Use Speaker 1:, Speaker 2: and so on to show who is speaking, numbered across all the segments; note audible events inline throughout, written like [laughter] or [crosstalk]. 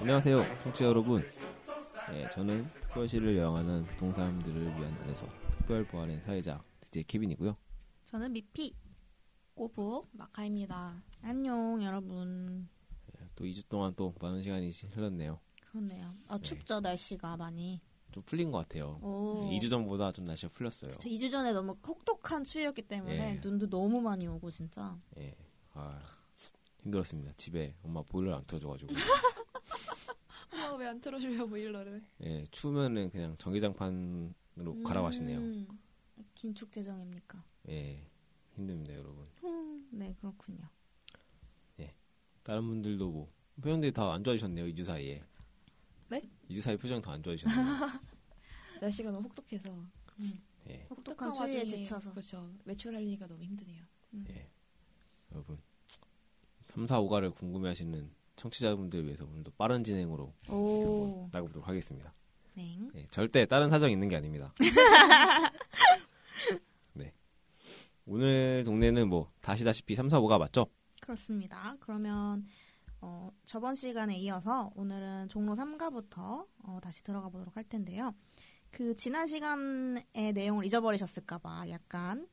Speaker 1: 안녕하세요, 청취자 여러분. 예, 저는 특별시를 여행하는 보통 사람들을 위한 안에서 특별 보안의 사회자 DJ 케빈이고요.
Speaker 2: 저는 미피.
Speaker 3: 꼬부 마카입니다.
Speaker 2: 안녕, 여러분.
Speaker 1: 예, 또 2주 동안 또 많은 시간이 시- 흘렀네요.
Speaker 2: 그렇네요. 아, 춥죠, 날씨가 많이.
Speaker 1: 좀 풀린 것 같아요.
Speaker 2: 오.
Speaker 1: 2주 네, 전보다 좀 날씨가 풀렸어요.
Speaker 2: 저 2주 전에 너무 혹독한 추위였기 때문에
Speaker 1: 예.
Speaker 2: 눈도 너무 많이 오고, 진짜.
Speaker 1: 예, 아, 힘들었습니다. 집에 엄마 보일러 안 틀어줘가지고.
Speaker 3: 엄마 뭐 왜안 틀어줘요 보일러를?
Speaker 1: 예, 추우면은 그냥 전기장판으로
Speaker 2: 음,
Speaker 1: 갈아가시네요.
Speaker 2: 긴축 재정입니까?
Speaker 1: 예, 힘듭니다, 여러분.
Speaker 2: 음, 네, 그렇군요.
Speaker 1: 다른 분들도 뭐 표정들이 다 안 좋아지셨네요, 2주 사이에.
Speaker 3: 네?
Speaker 1: 2주 사이 표정 다 안 좋아지셨네요.
Speaker 3: 날씨가 너무 혹독해서
Speaker 1: 예,
Speaker 2: 혹독한 추위에
Speaker 3: 와중에,
Speaker 2: 지쳐서.
Speaker 3: 그렇죠. 외출하려니까 너무 힘드네요.
Speaker 1: 예. 여러분. 3, 4, 5가를 궁금해하시는 청취자분들 위해서 오늘도 빠른 진행으로
Speaker 2: 오,
Speaker 1: 나가보도록 하겠습니다.
Speaker 2: 네.
Speaker 1: 예, 절대 다른 사정 있는 게 아닙니다.
Speaker 2: [laughs]
Speaker 1: 네. 오늘 동네는 뭐 다시다시피 3, 4, 5가 맞죠?
Speaker 2: 그렇습니다. 그러면 어, 저번 시간에 이어서 오늘은 종로 3가부터 어, 다시 들어가 보도록 할 텐데요. 그 지난 시간의 내용을 잊어버리셨을까봐 약간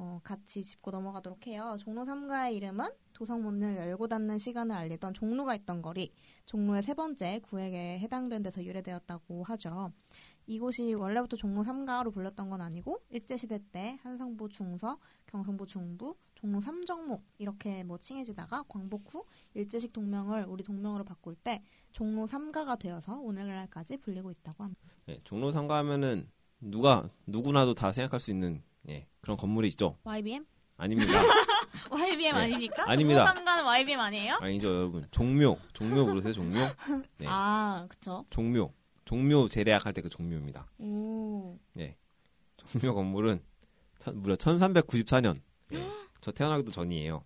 Speaker 2: 어, 같이 짚고 넘어가도록 해요. 종로 3가의 이름은 도성문을 열고 닫는 시간을 알리던 종로가 있던 거리, 종로의 세 번째 구에게 해당된 데서 유래되었다고 하죠. 이곳이 원래부터 종로 3가로 불렸던 건 아니고 일제시대 때 한성부 중서 경성부 중부, 종로 삼정목 이렇게 뭐 칭해지다가 광복 후 일제식 동명을 우리 동명으로 바꿀 때 종로 삼가가 되어서 오늘날까지 불리고 있다고 합니다.
Speaker 1: 예, 종로 상가 하면은 누가 누구나도 다 생각할 수 있는 예, 그런 건물이 있죠.
Speaker 2: [laughs] YBM?
Speaker 1: 아닙니다.
Speaker 2: YBM
Speaker 1: 네.
Speaker 2: 아닙니까?
Speaker 1: 아닙니다.
Speaker 2: 종로 삼가는 YBM 아니에요?
Speaker 1: 아니죠, 여러분. 종묘. 종묘 부르세요, 종묘? 네.
Speaker 2: 아, 그쵸.
Speaker 1: 종묘. 종묘 재래학할 때 그 종묘입니다.
Speaker 2: 오,
Speaker 1: 종묘 [laughs] 건물은 천- 무려 1394년. 예, 저 태어나기도 전이에요.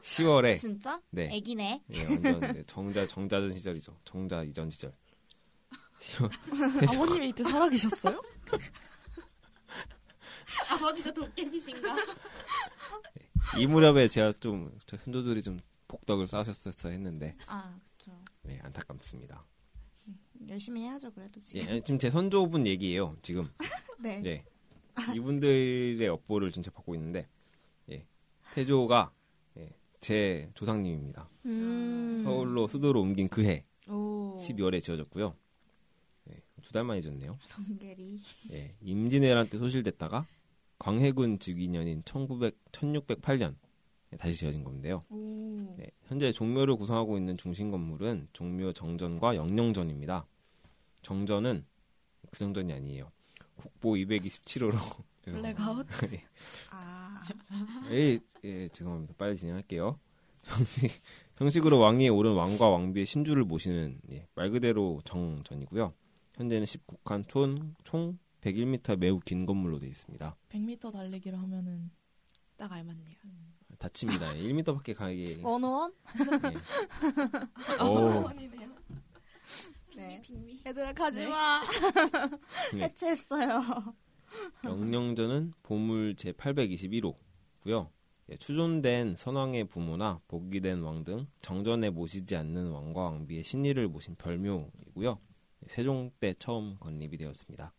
Speaker 1: 10월에
Speaker 2: 진짜?
Speaker 1: 네.
Speaker 2: 애기네.
Speaker 1: 예, 완전 네, 정자 정자전 시절이죠. 정자 이전 시절.
Speaker 3: [laughs] 아버님이 이때 살아계셨어요?
Speaker 2: [laughs] 아버지가 도깨비신가?
Speaker 1: 이 무렵에 제가 좀 저 선조들이 좀 복덕을 쌓으셨었어 했는데
Speaker 2: 아, 그쵸.
Speaker 1: 네, 안타깝습니다.
Speaker 2: 열심히 해야죠, 그래도 지금.
Speaker 1: 예, 지금 제 선조분 얘기예요. 지금
Speaker 2: 네.
Speaker 1: 네. [laughs] 이분들의 업보를 지금 제가 받고 있는데 예. 태조가 예, 제 조상님입니다.
Speaker 2: 음.
Speaker 1: 서울로 수도로 옮긴 그해
Speaker 2: 오.
Speaker 1: 12월에 지어졌고요. 예, 두달 만에 지었네요.
Speaker 2: 성계리.
Speaker 1: 예, 임진왜란 때 소실됐다가 광해군 즉위년인 1900, 1608년 다시 지어진 건데요.
Speaker 2: 오.
Speaker 1: 네, 현재 종묘를 구성하고 있는 중심 건물은 종묘 정전과 영령전입니다. 정전은 그 정전이 아니에요. 국보 227호로 어. [laughs]
Speaker 3: 블랙아웃?
Speaker 2: 아.
Speaker 1: 예, 예, 죄송합니다. 빨리 진행할게요. 정식, 정식으로 왕위에 오른 왕과 왕비의 신주를 모시는 예, 말 그대로 정전이고요. 현재는 19칸 총, 총 101m 매우 긴 건물로 되어 있습니다.
Speaker 4: 100m 달리기를 하면은
Speaker 3: 딱 알맞네요.
Speaker 1: 닫힙니다. 1m밖에 가게.
Speaker 2: 원원?
Speaker 1: 예.
Speaker 3: 아,
Speaker 1: 오,
Speaker 2: 네.
Speaker 3: 핑미.
Speaker 2: 얘들아 가지 마. [laughs]
Speaker 1: 네.
Speaker 2: 해체했어요.
Speaker 1: 영령전은 보물 제 821호고요. 예, 추존된 선왕의 부모나 복귀된 왕 등 정전에 모시지 않는 왕과 왕비의 신의를 모신 별묘이고요. 예, 세종 때 처음 건립이 되었습니다.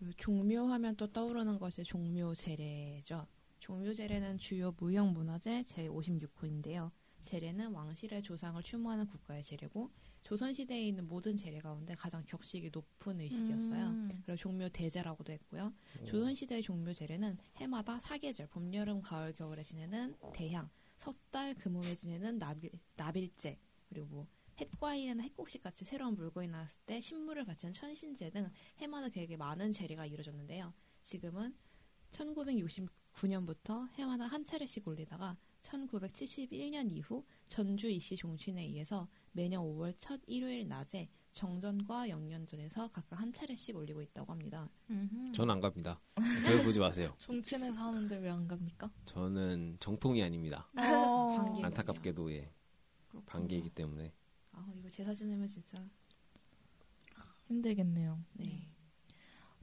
Speaker 4: 그 종묘하면 또 떠오르는 것이 종묘제례죠. 종묘제례는 주요 무형 문화재 제56호인데요. 제례는 왕실의 조상을 추모하는 국가의 제례고 조선 시대에 있는 모든 제례 가운데 가장 격식이 높은 의식이었어요.
Speaker 3: 음.
Speaker 2: 음.
Speaker 4: 그리고 종묘 대제라고도 했고요.
Speaker 1: 음.
Speaker 4: 조선 시대의 종묘 제례는 해마다 사계절 봄, 여름, 가을, 겨울에 지내는 대향, 섣달, 금음에 지내는 나빌, 나빌제, 그리고 뭐 햇과일에는 햇곡식 같이 새로운 물건이 나왔을 때 신물을 바치는 천신제 등 해마다 되게 많은 제례가 이루어졌는데요. 지금은 1969년부터 해마다 한 차례씩 올리다가 1971년 이후 전주 이씨 종신에 의해서 매년 5월 첫 일요일 낮에 정전과 영년전에서 각각 한 차례씩 올리고 있다고 합니다.
Speaker 1: 전 안 갑니다. 저를 보지 마세요.
Speaker 5: 종친에서 하는데 왜 안 갑니까?
Speaker 1: 저는 정통이 아닙니다.
Speaker 5: [laughs]
Speaker 2: 어.
Speaker 4: 반기.
Speaker 1: 안타깝게도 예, 반기이기 때문에
Speaker 4: 아 그리고 제사 지내면 진짜
Speaker 5: 힘들겠네요.
Speaker 4: 네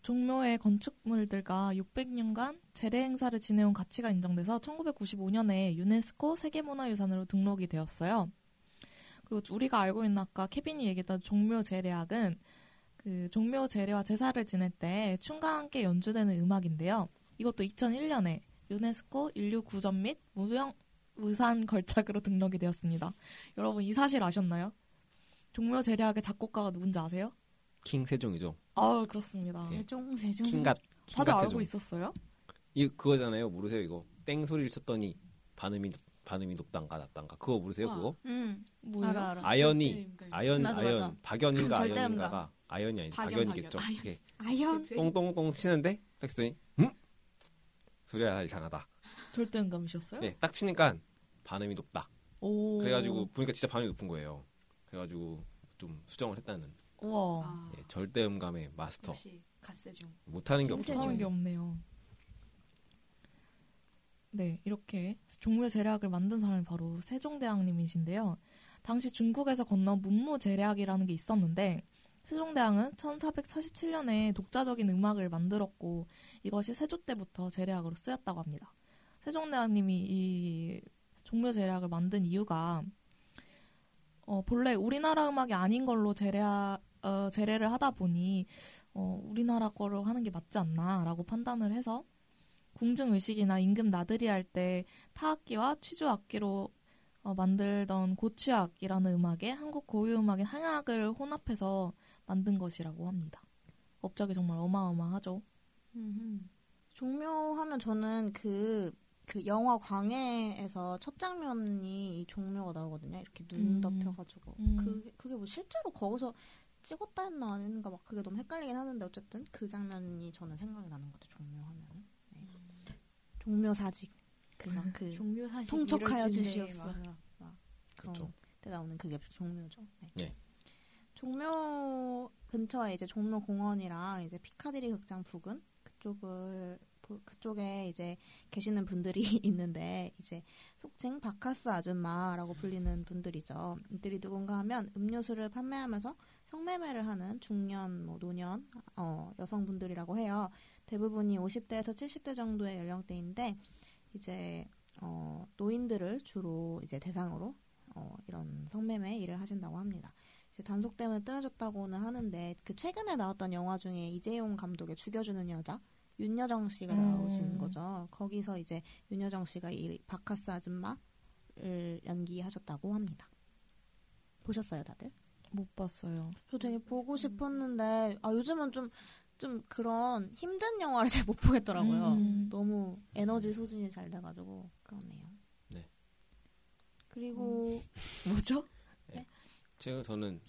Speaker 5: 종묘의 건축물들과 600년간 재래 행사를 지내온 가치가 인정돼서 1995년에 유네스코 세계문화유산으로 등록이 되었어요. 그리고 우리가 알고 있는 아까 케빈이 얘기했던 종묘 재래악은 그 종묘 재래와 제사를 지낼 때 춤과 함께 연주되는 음악인데요. 이것도 2001년에 유네스코 인류 구전 및 무형 무산 걸작으로 등록이 되었습니다. 여러분 이 사실 아셨나요? 종묘 재래악의 작곡가가 누군지 아세요?
Speaker 1: 킹 세종이죠.
Speaker 5: 아 그렇습니다.
Speaker 1: 예.
Speaker 2: 세종 세종
Speaker 1: 킹갓
Speaker 5: 다들
Speaker 1: 킹갓
Speaker 5: 알고
Speaker 1: 세종.
Speaker 5: 있었어요?
Speaker 1: 이 그거잖아요. 모르세요 이거 땡 소리를 쳤더니 반음이 반음이 높단가 낮단가 그거 모르세요
Speaker 3: 와.
Speaker 1: 그거?
Speaker 2: 응
Speaker 5: 뭐야?
Speaker 2: 음, 알아 알아
Speaker 1: 아연이
Speaker 4: 네.
Speaker 3: 네, 그러니까
Speaker 1: 아연
Speaker 2: 그렇죠. 맞아,
Speaker 1: 아연
Speaker 2: 맞아.
Speaker 1: 박연인가
Speaker 2: 절대
Speaker 1: 아연인가가 아연이 아니
Speaker 3: 박연,
Speaker 1: 박연이겠죠.
Speaker 3: 박연.
Speaker 1: 이렇게
Speaker 2: 아연
Speaker 1: 똥똥똥 치는데 딱 치더니 음 소리가 이상하다.
Speaker 5: 절대 음감이셨어요?
Speaker 1: 네, 딱 치니까 반음이 높다.
Speaker 5: 오.
Speaker 1: 그래가지고 보니까 진짜 반응이 높은 거예요. 그래가지고 좀 수정을 했다는
Speaker 5: 우와.
Speaker 3: 아,
Speaker 1: 예, 절대음감의 마스터
Speaker 3: 역시 갓세종.
Speaker 1: 못하는 게
Speaker 2: 진짜
Speaker 1: 없죠.
Speaker 5: 못하는 게 없네요. 네, 이렇게 종묘 제례학을 만든 사람이 바로 세종대왕님이신데요. 당시 중국에서 건너온 문무 제례학이라는 게 있었는데 세종대왕은 1447년에 독자적인 음악을 만들었고 이것이 세조 때부터 제례학으로 쓰였다고 합니다. 세종대왕님이 이 종묘 제례학을 만든 이유가 어, 본래 우리나라 음악이 아닌 걸로 제례 어, 제례를 하다 보니 어, 우리나라 거로 하는 게 맞지 않나라고 판단을 해서 궁중 의식이나 임금 나들이 할 때 타악기와 취주 악기로 어, 만들던 고취악이라는 음악에 한국 고유 음악인 한약을 혼합해서 만든 것이라고 합니다. 업적이 정말 어마어마하죠.
Speaker 2: 음흠. 종묘하면 저는 그, 그 영화 광해에서 첫 장면이 이 종묘가 나오거든요. 이렇게 눈
Speaker 5: 음.
Speaker 2: 덮여가지고.
Speaker 5: 음.
Speaker 2: 그, 그게 뭐 실제로 거기서 찍었다 했나 아닌가 막 그게 너무 헷갈리긴 하는데 어쨌든 그 장면이 저는 생각이 나는 것 같아요. 종묘하면. 네. 종묘사직. 그냥 그
Speaker 3: 종묘 사실
Speaker 2: 통촉하여 주시옵소서. 막 그런
Speaker 1: 그렇죠.
Speaker 2: 때 나오는 그게 종묘죠. 네.
Speaker 1: 네.
Speaker 2: 종묘 근처에 이제 종묘 공원이랑 이제 피카디리 극장 부근 그쪽을 보- 그쪽에 이제 계시는 분들이 [laughs] 있는데 이제 속칭 바카스 아줌마라고 불리는 분들이죠. 이들이 누군가 하면 음료수를 판매하면서 성매매를 하는 중년, 뭐 노년, 어, 여성분들이라고 해요. 대부분이 50대에서 70대 정도의 연령대인데 이제 어, 노인들을 주로 이제 대상으로 어, 이런 성매매 일을 하신다고 합니다. 이제 단속 때문에 떨어졌다고는 하는데 그 최근에 나왔던 영화 중에 이재용 감독의 죽여주는 여자 윤여정 씨가
Speaker 5: 음.
Speaker 2: 나오신 거죠. 거기서 이제 윤여정 씨가 이 바카스 아줌마를 연기하셨다고 합니다. 보셨어요, 다들?
Speaker 5: 못 봤어요.
Speaker 2: 저 되게 보고 싶었는데 아 요즘은 좀 좀 그런 힘든 영화를 잘 못 보겠더라고요.
Speaker 5: 음.
Speaker 2: 너무 에너지 소진이 잘 돼가지고 그렇네요. 음.
Speaker 1: 네.
Speaker 2: 그리고 [laughs]
Speaker 5: 뭐죠?
Speaker 1: 제가 저는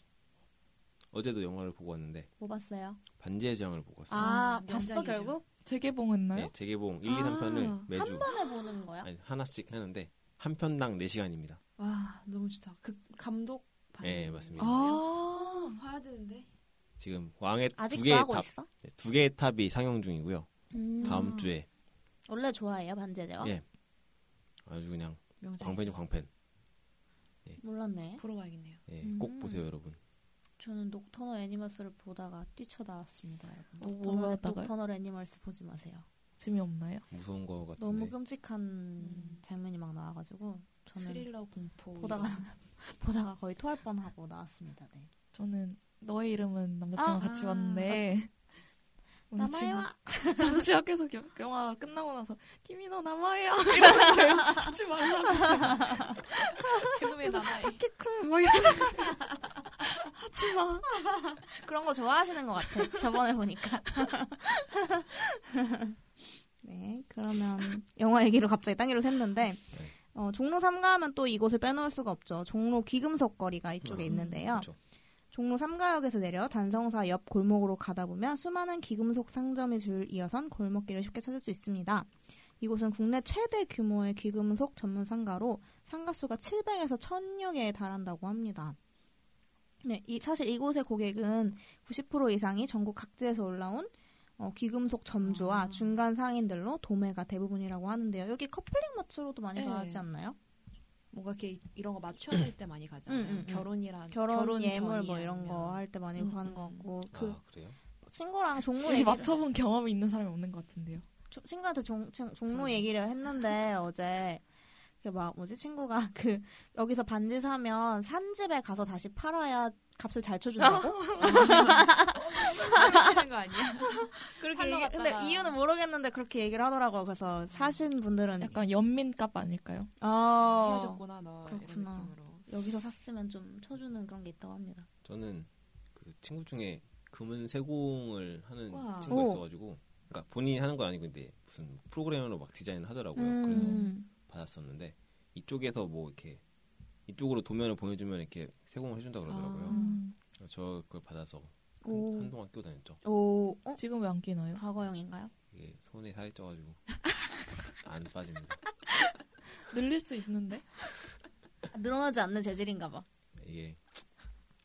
Speaker 1: 어제도 영화를 보고 왔는데
Speaker 2: 뭐 봤어요?
Speaker 1: 반지의 제왕을 보고 왔어요.
Speaker 2: 아
Speaker 3: 명작이죠.
Speaker 2: 봤어 결국
Speaker 5: 재개봉했나요?
Speaker 1: 네, 재개봉 1, 2, 3편을 매주
Speaker 2: 아, 한 번에 보는 거야?
Speaker 1: 아니, 하나씩 하는데 한 편당 4시간입니다.
Speaker 3: 와 너무 좋다. 그 감독 받는
Speaker 1: 예, 맞습니다.
Speaker 3: 거예요? 어,
Speaker 5: 아,
Speaker 3: 봐야 되는데.
Speaker 1: 지금 왕의 두
Speaker 2: 아직도
Speaker 1: 개의
Speaker 2: 하고
Speaker 1: 탑,
Speaker 2: 있어?
Speaker 1: 네, 두 개의 탑이 상영 중이고요.
Speaker 2: 음.
Speaker 1: 다음 주에
Speaker 2: 원래 좋아해요 반지의 제왕?
Speaker 1: 예. 아주 그냥
Speaker 3: 명작.
Speaker 1: 광팬이 광팬.
Speaker 2: 몰랐네.
Speaker 3: 보러 가야겠네요.
Speaker 1: 예,
Speaker 2: 음.
Speaker 1: 꼭 보세요, 여러분.
Speaker 2: 저는 녹터널 애니멀스를 보다가 뛰쳐나왔습니다. 여러분.
Speaker 5: 어, 뭐
Speaker 2: 녹터널,
Speaker 5: 하다가요?
Speaker 2: 녹터널 애니멀스 보지 마세요.
Speaker 5: 재미없나요?
Speaker 1: 무서운 거 같은데.
Speaker 2: 너무 끔찍한
Speaker 3: 음.
Speaker 2: 장면이 막 나와가지고 저는
Speaker 3: 스릴러 공포.
Speaker 2: 보다가 보다가 거의 토할 뻔하고 나왔습니다. 네.
Speaker 5: 저는 너의 이름은 남자친구랑
Speaker 2: 아,
Speaker 5: 같이
Speaker 3: 아.
Speaker 5: 봤는데 오늘
Speaker 2: 남아요.
Speaker 5: 지금 남자친구가 계속 여- 영화 끝나고 나서 김이너 남아요 [laughs] 이러는데요 하지 말라고 제가
Speaker 3: [laughs] 그놈의 남아의
Speaker 5: 타케쿤 막뭐 이러는 하지마
Speaker 2: [laughs] 그런 거 좋아하시는 것 같아. 저번에 보니까. [laughs] 네, 그러면 영화 얘기로 갑자기 딴기로 샜는데 어, 종로 3가 하면 또 이곳을 빼놓을 수가 없죠. 종로 귀금속 거리가 이쪽에
Speaker 1: 음,
Speaker 2: 있는데요.
Speaker 1: 그렇죠.
Speaker 2: 종로 3가역에서 내려 단성사 옆 골목으로 가다 보면 수많은 귀금속 상점이 줄 이어선 골목길을 쉽게 찾을 수 있습니다. 이곳은 국내 최대 규모의 귀금속 전문 상가로 상가 수가 700에서 1000여 개에 달한다고 합니다. 네, 이, 사실 이곳의 고객은 90% 이상이 전국 각지에서 올라온 어, 귀금속 점주와
Speaker 3: 아.
Speaker 2: 중간 상인들로 도매가 대부분이라고 하는데요. 여기 커플링 마트로도 많이
Speaker 3: 네.
Speaker 2: 가지 않나요?
Speaker 3: 뭔가 이렇게 이런 거 맞춰낼 때 많이 가잖아요.
Speaker 2: 응, 응, 응.
Speaker 3: 결혼이랑
Speaker 2: 음, 결혼, 예물
Speaker 3: 전이
Speaker 2: 뭐 이런
Speaker 3: 아니면. [laughs]
Speaker 2: 거할 때 많이
Speaker 3: 음,
Speaker 2: 가는
Speaker 3: 음.
Speaker 2: 것 같고 그
Speaker 1: 아, 그래요?
Speaker 2: 친구랑 종로
Speaker 5: 여기
Speaker 2: 얘기
Speaker 5: 맞춰본 경험이 있는 사람이 없는 것 같은데요
Speaker 2: 음. 조- 친구한테 종, 친- 종로 얘기를 했는데 어제 그 막 뭐지 친구가 [laughs] 그 여기서 반지 사면 산집에 가서 다시 팔아야 값을 잘 쳐준다고.
Speaker 3: 하시는 거 아니야?
Speaker 2: 그렇게
Speaker 3: 팔러
Speaker 2: 얘기- 근데
Speaker 3: 갔다가.
Speaker 2: 이유는 모르겠는데 그렇게 얘기를 하더라고요. 그래서 사신 분들은
Speaker 5: 약간 연민값 아닐까요?
Speaker 2: 어,
Speaker 3: 헤어졌구나 너
Speaker 2: 그렇구나.
Speaker 3: 이런 느낌으로.
Speaker 2: 여기서 샀으면 좀 쳐주는 그런 게 있다고 합니다.
Speaker 1: 저는 그 친구 중에 금은 세공을 하는
Speaker 3: 와.
Speaker 1: 친구가
Speaker 2: 오.
Speaker 1: 있어가지고 그러니까 본인이 하는 건 아니고 근데 무슨 뭐 프로그래머로 막 디자인을 하더라고요. 그래서
Speaker 2: 음.
Speaker 1: 받았었는데 이쪽에서 뭐 이렇게 이쪽으로 도면을 보내주면 이렇게 세공을 해준다 그러더라고요.
Speaker 3: 아.
Speaker 5: 음.
Speaker 1: 그래서 저 그걸 받아서 한,
Speaker 2: 오.
Speaker 1: 동안 끼고 다녔죠.
Speaker 2: 오, 어?
Speaker 5: 지금 왜 안 끼나요?
Speaker 2: 과거형인가요?
Speaker 1: 이게 손에 살이 쪄가지고 안 빠집니다.
Speaker 5: 늘릴 수 있는데?
Speaker 2: 아, 늘어나지 않는 재질인가 봐.
Speaker 1: 이게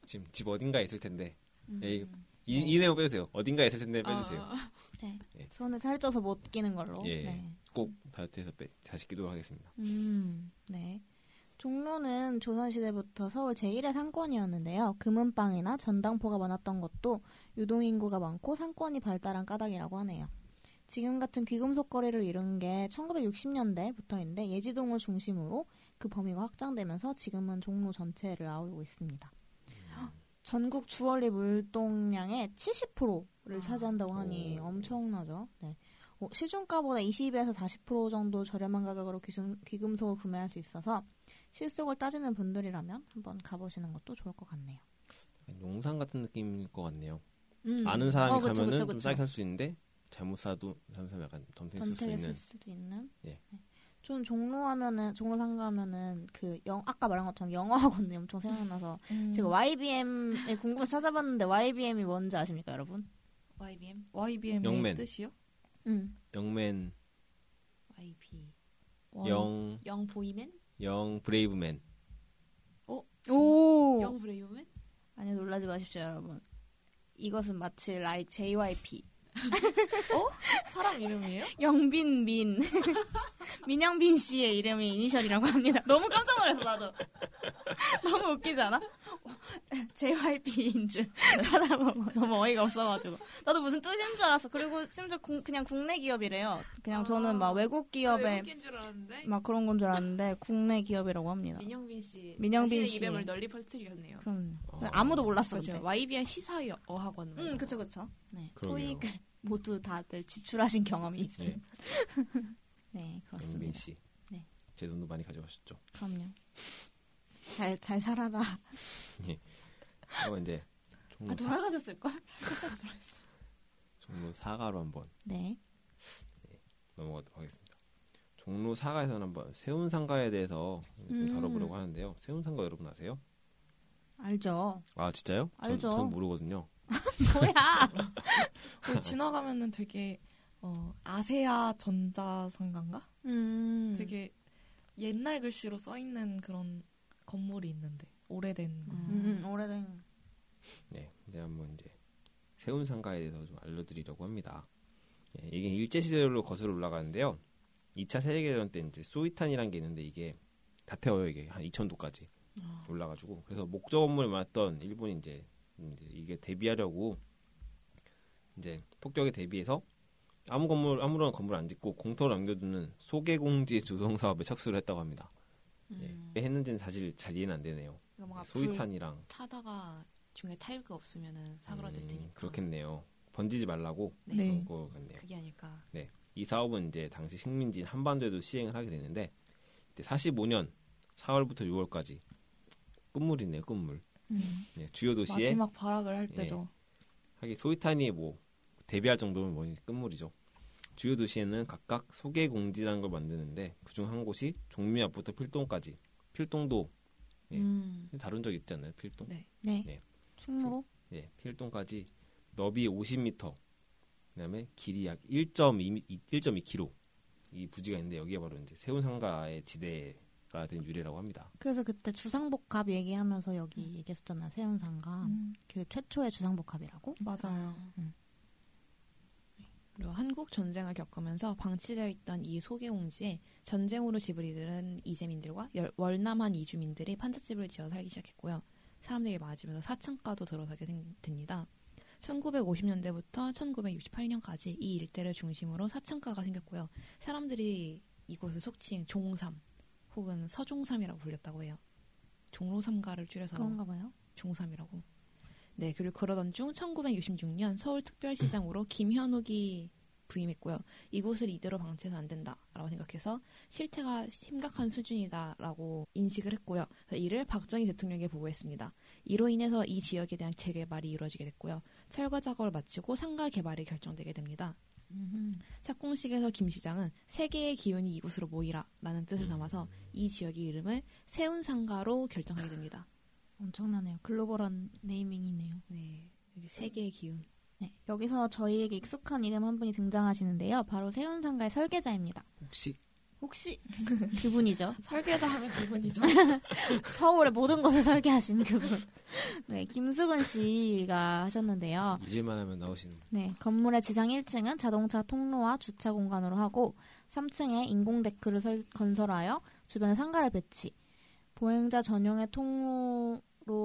Speaker 1: 지금 집 어딘가에 있을 텐데 예,
Speaker 3: 음.
Speaker 1: 에이, 이, 이 내용 빼주세요. 어딘가에 있을 텐데 네, 빼주세요.
Speaker 3: 아, 아.
Speaker 2: 손에 살쪄서 못 끼는 걸로.
Speaker 1: 예.
Speaker 2: 네.
Speaker 1: 꼭 다이어트해서 빼, 다시 끼도록 하겠습니다.
Speaker 2: 음, 네. 종로는 조선시대부터 서울 제1의 상권이었는데요. 금은방이나 전당포가 많았던 것도 유동인구가 많고 상권이 발달한 까닭이라고 하네요. 지금 같은 귀금속 거리를 이룬 게 1960년대부터인데 예지동을 중심으로 그 범위가 확장되면서 지금은 종로 전체를 아우르고 있습니다.
Speaker 1: 음.
Speaker 2: 전국 주얼리 물동량의 70%를
Speaker 3: 아.
Speaker 2: 차지한다고 하니
Speaker 1: 오.
Speaker 2: 엄청나죠. 네. 어, 시중가보다 20에서 40% 정도 저렴한 가격으로 귀금, 귀금속을 구매할 수 있어서 실속을 따지는 분들이라면 한번 가보시는 것도 좋을 것 같네요.
Speaker 1: 용산 같은 느낌일 것 같네요.
Speaker 2: 음.
Speaker 1: 아는 사람이
Speaker 2: 어, 그쵸,
Speaker 1: 가면은
Speaker 2: 그쵸,
Speaker 1: 좀
Speaker 2: 그쵸.
Speaker 1: 싸게 살 수 있는데 잘못 사도 잘못 사면 약간 덤탱이 쓸수
Speaker 2: 덤탱이
Speaker 1: 네, 있는
Speaker 2: 쓸 수도 있는.
Speaker 1: 예.
Speaker 2: 네. 전 종로 하면은 종로 상가면은 그 영, 아까 말한 것처럼 영어 학원이 엄청 생각나서
Speaker 5: 음.
Speaker 2: 제가 YBM에 궁금해서 찾아봤는데 YBM이 뭔지 아십니까 여러분?
Speaker 3: YBM,
Speaker 5: YBM의
Speaker 1: 영맨.
Speaker 5: 뜻이요?
Speaker 2: 음.
Speaker 1: 영맨,
Speaker 3: YP,
Speaker 5: 와,
Speaker 1: 영,
Speaker 3: 영 보이맨,
Speaker 1: 영 브레이브맨.
Speaker 2: 오.
Speaker 3: 영 브레이브맨.
Speaker 2: 아니 놀라지 마십시오 여러분. 이것은 마치 라이 JYP
Speaker 5: 사람 이름이에요?
Speaker 2: 영빈 민 [laughs] 민영빈 씨의 이름이 이니셜이라고 합니다. 너무 깜짝 놀랐어 나도. [laughs] 너무 웃기지 않아? JYP인 줄 찾아보고 너무 어이가 없어가지고 나도 무슨 뜻인 줄 알았어. 그리고 심지어 국- 그냥 국내 기업이래요. 그냥 저는 막 아, 외국 기업에
Speaker 3: 외국인 아, 줄 알았는데
Speaker 2: 막 그런 건 줄 알았는데 국내 기업이라고 합니다.
Speaker 3: 민영빈 씨,
Speaker 2: 민영빈
Speaker 3: 자신의
Speaker 2: 씨.
Speaker 3: 이름을 널리 퍼뜨렸네요.
Speaker 2: 그럼
Speaker 1: 어.
Speaker 2: 아무도 몰랐어
Speaker 3: 그렇죠.
Speaker 2: 그때.
Speaker 3: YBN 시사 어학원.
Speaker 2: 음 그쵸 그쵸. 네.
Speaker 1: 그러게요.
Speaker 2: 토익을 모두 다들 지출하신 경험이 있어요.
Speaker 1: 네,
Speaker 2: 네, 그렇습니다.
Speaker 1: 영민 씨.
Speaker 2: 네.
Speaker 1: 제 돈도 많이 가져가셨죠.
Speaker 2: 그럼요. 잘, 잘 살아라. 아,
Speaker 1: 그럼 이제 종로, 사,
Speaker 2: 돌아가셨을걸? [laughs]
Speaker 1: 종로 4가로 한번
Speaker 2: 네.
Speaker 1: 넘어가도록 하겠습니다. 종로 4가에서는 한번 세운 상가에 대해서 좀
Speaker 2: 음.
Speaker 1: 다뤄보려고 하는데요. 세운 상가 여러분 아세요?
Speaker 2: 알죠.
Speaker 1: 아 진짜요? 전-
Speaker 2: 알죠.
Speaker 1: 전 모르거든요.
Speaker 2: 뭐야!
Speaker 1: [laughs]
Speaker 5: 거기 그 지나가면은 되게 어, 아세아 전자상가인가?
Speaker 2: 음.
Speaker 5: 되게 옛날 글씨로 써 있는 그런 건물이 있는데 오래된. 거.
Speaker 2: 음, 오래된.
Speaker 1: 네, 이제 한번 이제 세운 상가에 대해서 좀 알려드리려고 합니다. 예, 이게 일제 시대로 거슬러 올라가는데요. 2차 세계대전 때 이제 소위탄이라는 게 있는데 이게 다 태워요 이게 한 2,000도까지
Speaker 3: 아.
Speaker 1: 올라가지고 그래서 목적 업무를 맡던 일본이 이제, 음, 이제 이게 대비하려고 이제 폭격에 대비해서 아무 건물 아무런 건물 안 짓고 공터를 남겨두는 소개공지 조성 사업에 착수를 했다고 합니다.
Speaker 2: 음.
Speaker 1: 예, 왜 했는지는 사실 잘 이해는 안 되네요. 예,
Speaker 3: 이거 음. 뭔가 불
Speaker 1: 소위탄이랑
Speaker 3: 타다가 중에 타이어가 없으면은 사그라들
Speaker 1: 음,
Speaker 3: 테니까.
Speaker 1: 그렇겠네요. 번지지 말라고
Speaker 3: 네.
Speaker 5: 네.
Speaker 1: 그런 거 같네요.
Speaker 3: 그게 아닐까.
Speaker 1: 이 사업은 이제 당시 식민지인 한반도에도 시행을 하게 되는데 45년 4월부터 6월까지 끝물이네요. 끝물.
Speaker 3: 음.
Speaker 1: 네, 주요 도시에
Speaker 5: 마지막 발악을 할
Speaker 1: 예.
Speaker 5: 때죠.
Speaker 1: 하기 소이탄이 뭐 대비할 정도면 뭐 끝물이죠. 주요 도시에는 각각 소개 공지라는 걸 만드는데 그중 한 곳이 종미 앞부터 필동까지 필동도 예.
Speaker 3: 음.
Speaker 1: 다룬 적 있지 않나요? 필동.
Speaker 3: 네.
Speaker 2: 네.
Speaker 1: 네.
Speaker 2: 충무로?
Speaker 1: 예, 필동까지 너비 50m, 그다음에 길이 약 1.2 1.2km 이 부지가 있는데 여기가 바로 이제 세운 상가의 지대가 된 유래라고 합니다.
Speaker 2: 그래서 그때 주상복합 얘기하면서 여기 얘기했었잖아, 세운상가.
Speaker 5: 음,
Speaker 2: 그 최초의 주상복합이라고?
Speaker 5: 맞아요.
Speaker 4: 그리고 한국 전쟁을 겪으면서 방치되어 있던 이 소개옹지에 전쟁으로 집을 잃은 이재민들과 열- 월남한 이주민들이 판잣집을 지어 살기 시작했고요. 사람들이 맞으면서 4층가도 들어서게 생- 됩니다. 1950년대부터 1968년까지 이 일대를 중심으로 4층가가 생겼고요. 사람들이 이곳을 속칭 종삼 혹은 서종삼이라고 불렸다고 해요. 종로삼가를 줄여서
Speaker 2: 그런가 봐요.
Speaker 4: 종삼이라고. 네, 그리고 그러던 중 1966년 서울특별시장으로 김현욱이 부임했고요. 이곳을 이대로 방치해서 안 된다라고 생각해서 실태가 심각한 수준이다라고 인식을 했고요. 그래서 이를 박정희 대통령에게 보고했습니다. 이로 인해서 이 지역에 대한 재개발이 이루어지게 됐고요. 철거 작업을 마치고 상가 개발이 결정되게 됩니다. 착공식에서 김 시장은 세계의 기운이 이곳으로 모이라라는 뜻을 담아서 이 지역의 이름을 세운상가로 결정하게 됩니다.
Speaker 2: 엄청나네요. 글로벌한 네이밍이네요.
Speaker 4: 네. 여기 세계의 기운.
Speaker 2: 네, 여기서 저희에게 익숙한 이름 한 분이 등장하시는데요. 바로 세운상가의 설계자입니다.
Speaker 1: 혹시
Speaker 2: 혹시 [laughs] 그분이죠? [laughs]
Speaker 5: 설계자 하면
Speaker 4: [laughs]
Speaker 5: 그분이죠.
Speaker 2: 서울의 모든 것을 설계하신 그분. 네, 김수근 씨가 하셨는데요.
Speaker 1: 이제만 하면 나오시는 분.
Speaker 2: 네, 건물의 지상 1층은 자동차 통로와 주차 공간으로 하고 3층에 인공 데크를 설- 건설하여 주변에 상가를 배치, 보행자 전용의 통로로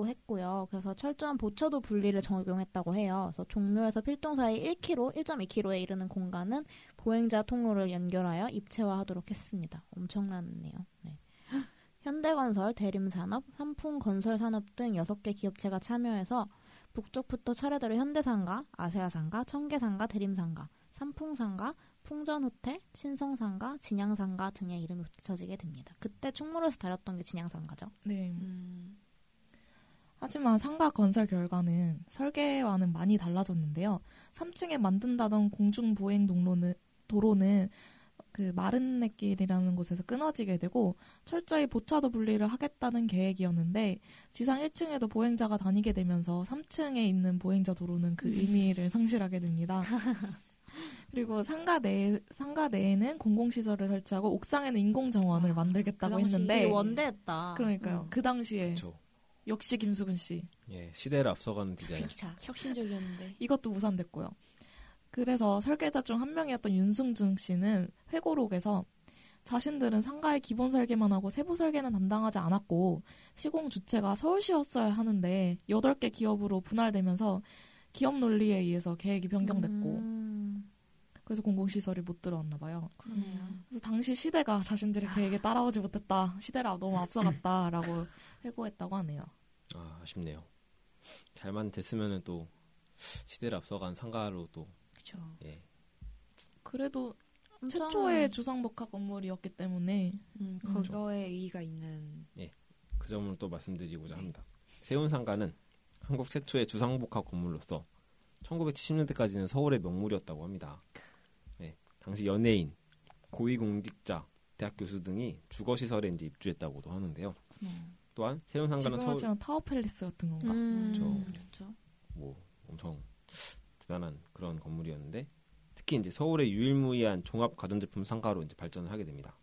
Speaker 2: 했고요. 그래서 철저한 보처도 분리를 적용했다고 해요. 그래서 종묘에서 필동 사이 1km, 1.2km에 이르는 공간은 보행자 통로를 연결하여 입체화하도록 했습니다. 엄청났네요. 네. [gasps] 현대건설, 대림산업, 삼풍건설산업 등 6개 기업체가 참여해서 북쪽부터 차례대로 현대상가, 아세아상가, 청계상가, 대림상가, 삼풍상가, 풍전호텔, 신성상가, 진양상가 등의 이름이 붙여지게 됩니다. 그때 충무로에서 다녔던 게 진양상가죠.
Speaker 5: 네.
Speaker 4: 음.
Speaker 5: 하지만 상가 건설 결과는 설계와는 많이 달라졌는데요. 3층에 만든다던 공중 보행 동로는 도로는 그 마른내길이라는 곳에서 끊어지게 되고 철저히 보차도 분리를 하겠다는 계획이었는데 지상 1층에도 보행자가 다니게 되면서 3층에 있는 보행자 도로는
Speaker 4: [laughs]
Speaker 5: 그 의미를 상실하게 됩니다. 그리고 상가 내 상가 내에는 공공 시설을 설치하고 옥상에는 인공 정원을
Speaker 4: 아,
Speaker 5: 만들겠다고
Speaker 4: 그 당시
Speaker 5: 했는데
Speaker 4: 네.
Speaker 2: 원대했다.
Speaker 5: 그러니까요.
Speaker 4: 음.
Speaker 5: 그 당시에
Speaker 1: 그쵸.
Speaker 5: 역시 김수근 씨
Speaker 1: 예, 시대를 앞서가는 디자인.
Speaker 2: 기차.
Speaker 4: 혁신적이었는데.
Speaker 5: 이것도 무산됐고요. 그래서 설계자 중 한 명이었던 윤승준 씨는 회고록에서 자신들은 상가의 기본 설계만 하고 세부 설계는 담당하지 않았고 시공 주체가 서울시였어야 하는데 8개 기업으로 분할되면서 기업 논리에 의해서 계획이 변경됐고
Speaker 2: 음,
Speaker 5: 그래서 공공시설이 못 들어왔나 봐요.
Speaker 2: 그러네요.
Speaker 4: 음,
Speaker 5: 그래서 당시 시대가 자신들의 계획에 따라오지 못했다. 시대를 너무 앞서갔다라고 회고했다고 하네요.
Speaker 1: 아, 아쉽네요. 잘만 됐으면은 또 시대를 앞서간 상가로 또
Speaker 4: 그쵸.
Speaker 1: 예.
Speaker 5: 그래도
Speaker 2: 엄청-
Speaker 5: 최초의 주상복합 건물이었기 때문에
Speaker 4: 음, 그거에 의의가 있는.
Speaker 1: 그 점을 또 말씀드리고자
Speaker 4: 네.
Speaker 1: 합니다. 세운상가는 한국 최초의 주상복합 건물로서 1970년대까지는 서울의 명물이었다고 합니다. 네, 당시 연예인, 고위공직자, 대학 교수 등이 주거시설에 이제 입주했다고도 하는데요. 또한 세운상가는
Speaker 5: 지금
Speaker 1: 서울
Speaker 5: 하지만 타워팰리스 같은 건가?
Speaker 2: 음,
Speaker 1: 그쵸.
Speaker 2: 그렇죠.
Speaker 1: 뭐 엄청 대단한 그런 건물이었는데 특히 이제 서울의 유일무이한 종합 가전제품 상가로 이제 발전을 하게 됩니다.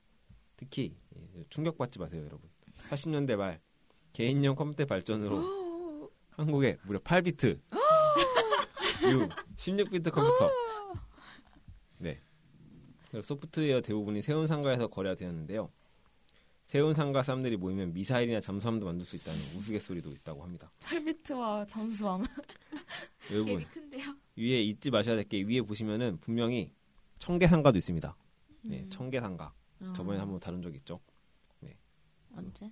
Speaker 1: 특히 예, 충격받지 마세요, 여러분. 80년대 말 개인용 컴퓨터 발전으로 한국에 무려 8비트, 16비트 컴퓨터, 네. 그리고 소프트웨어 대부분이 세운 상가에서 거래가 되었는데요. 세운 상가 사람들이 모이면 미사일이나 잠수함도 만들 수 있다는 우스갯소리도 있다고 합니다.
Speaker 5: 팔비트와 잠수함. [laughs]
Speaker 1: 여러분
Speaker 3: 갭이
Speaker 4: [laughs]
Speaker 3: 큰데요.
Speaker 1: 위에 잊지 마셔야 될 게 위에 보시면은 분명히 청계상가도 있습니다. 네,
Speaker 4: 음.
Speaker 1: 청계상가.
Speaker 4: 아.
Speaker 1: 저번에 한번 다룬 적 있죠.
Speaker 2: 언제?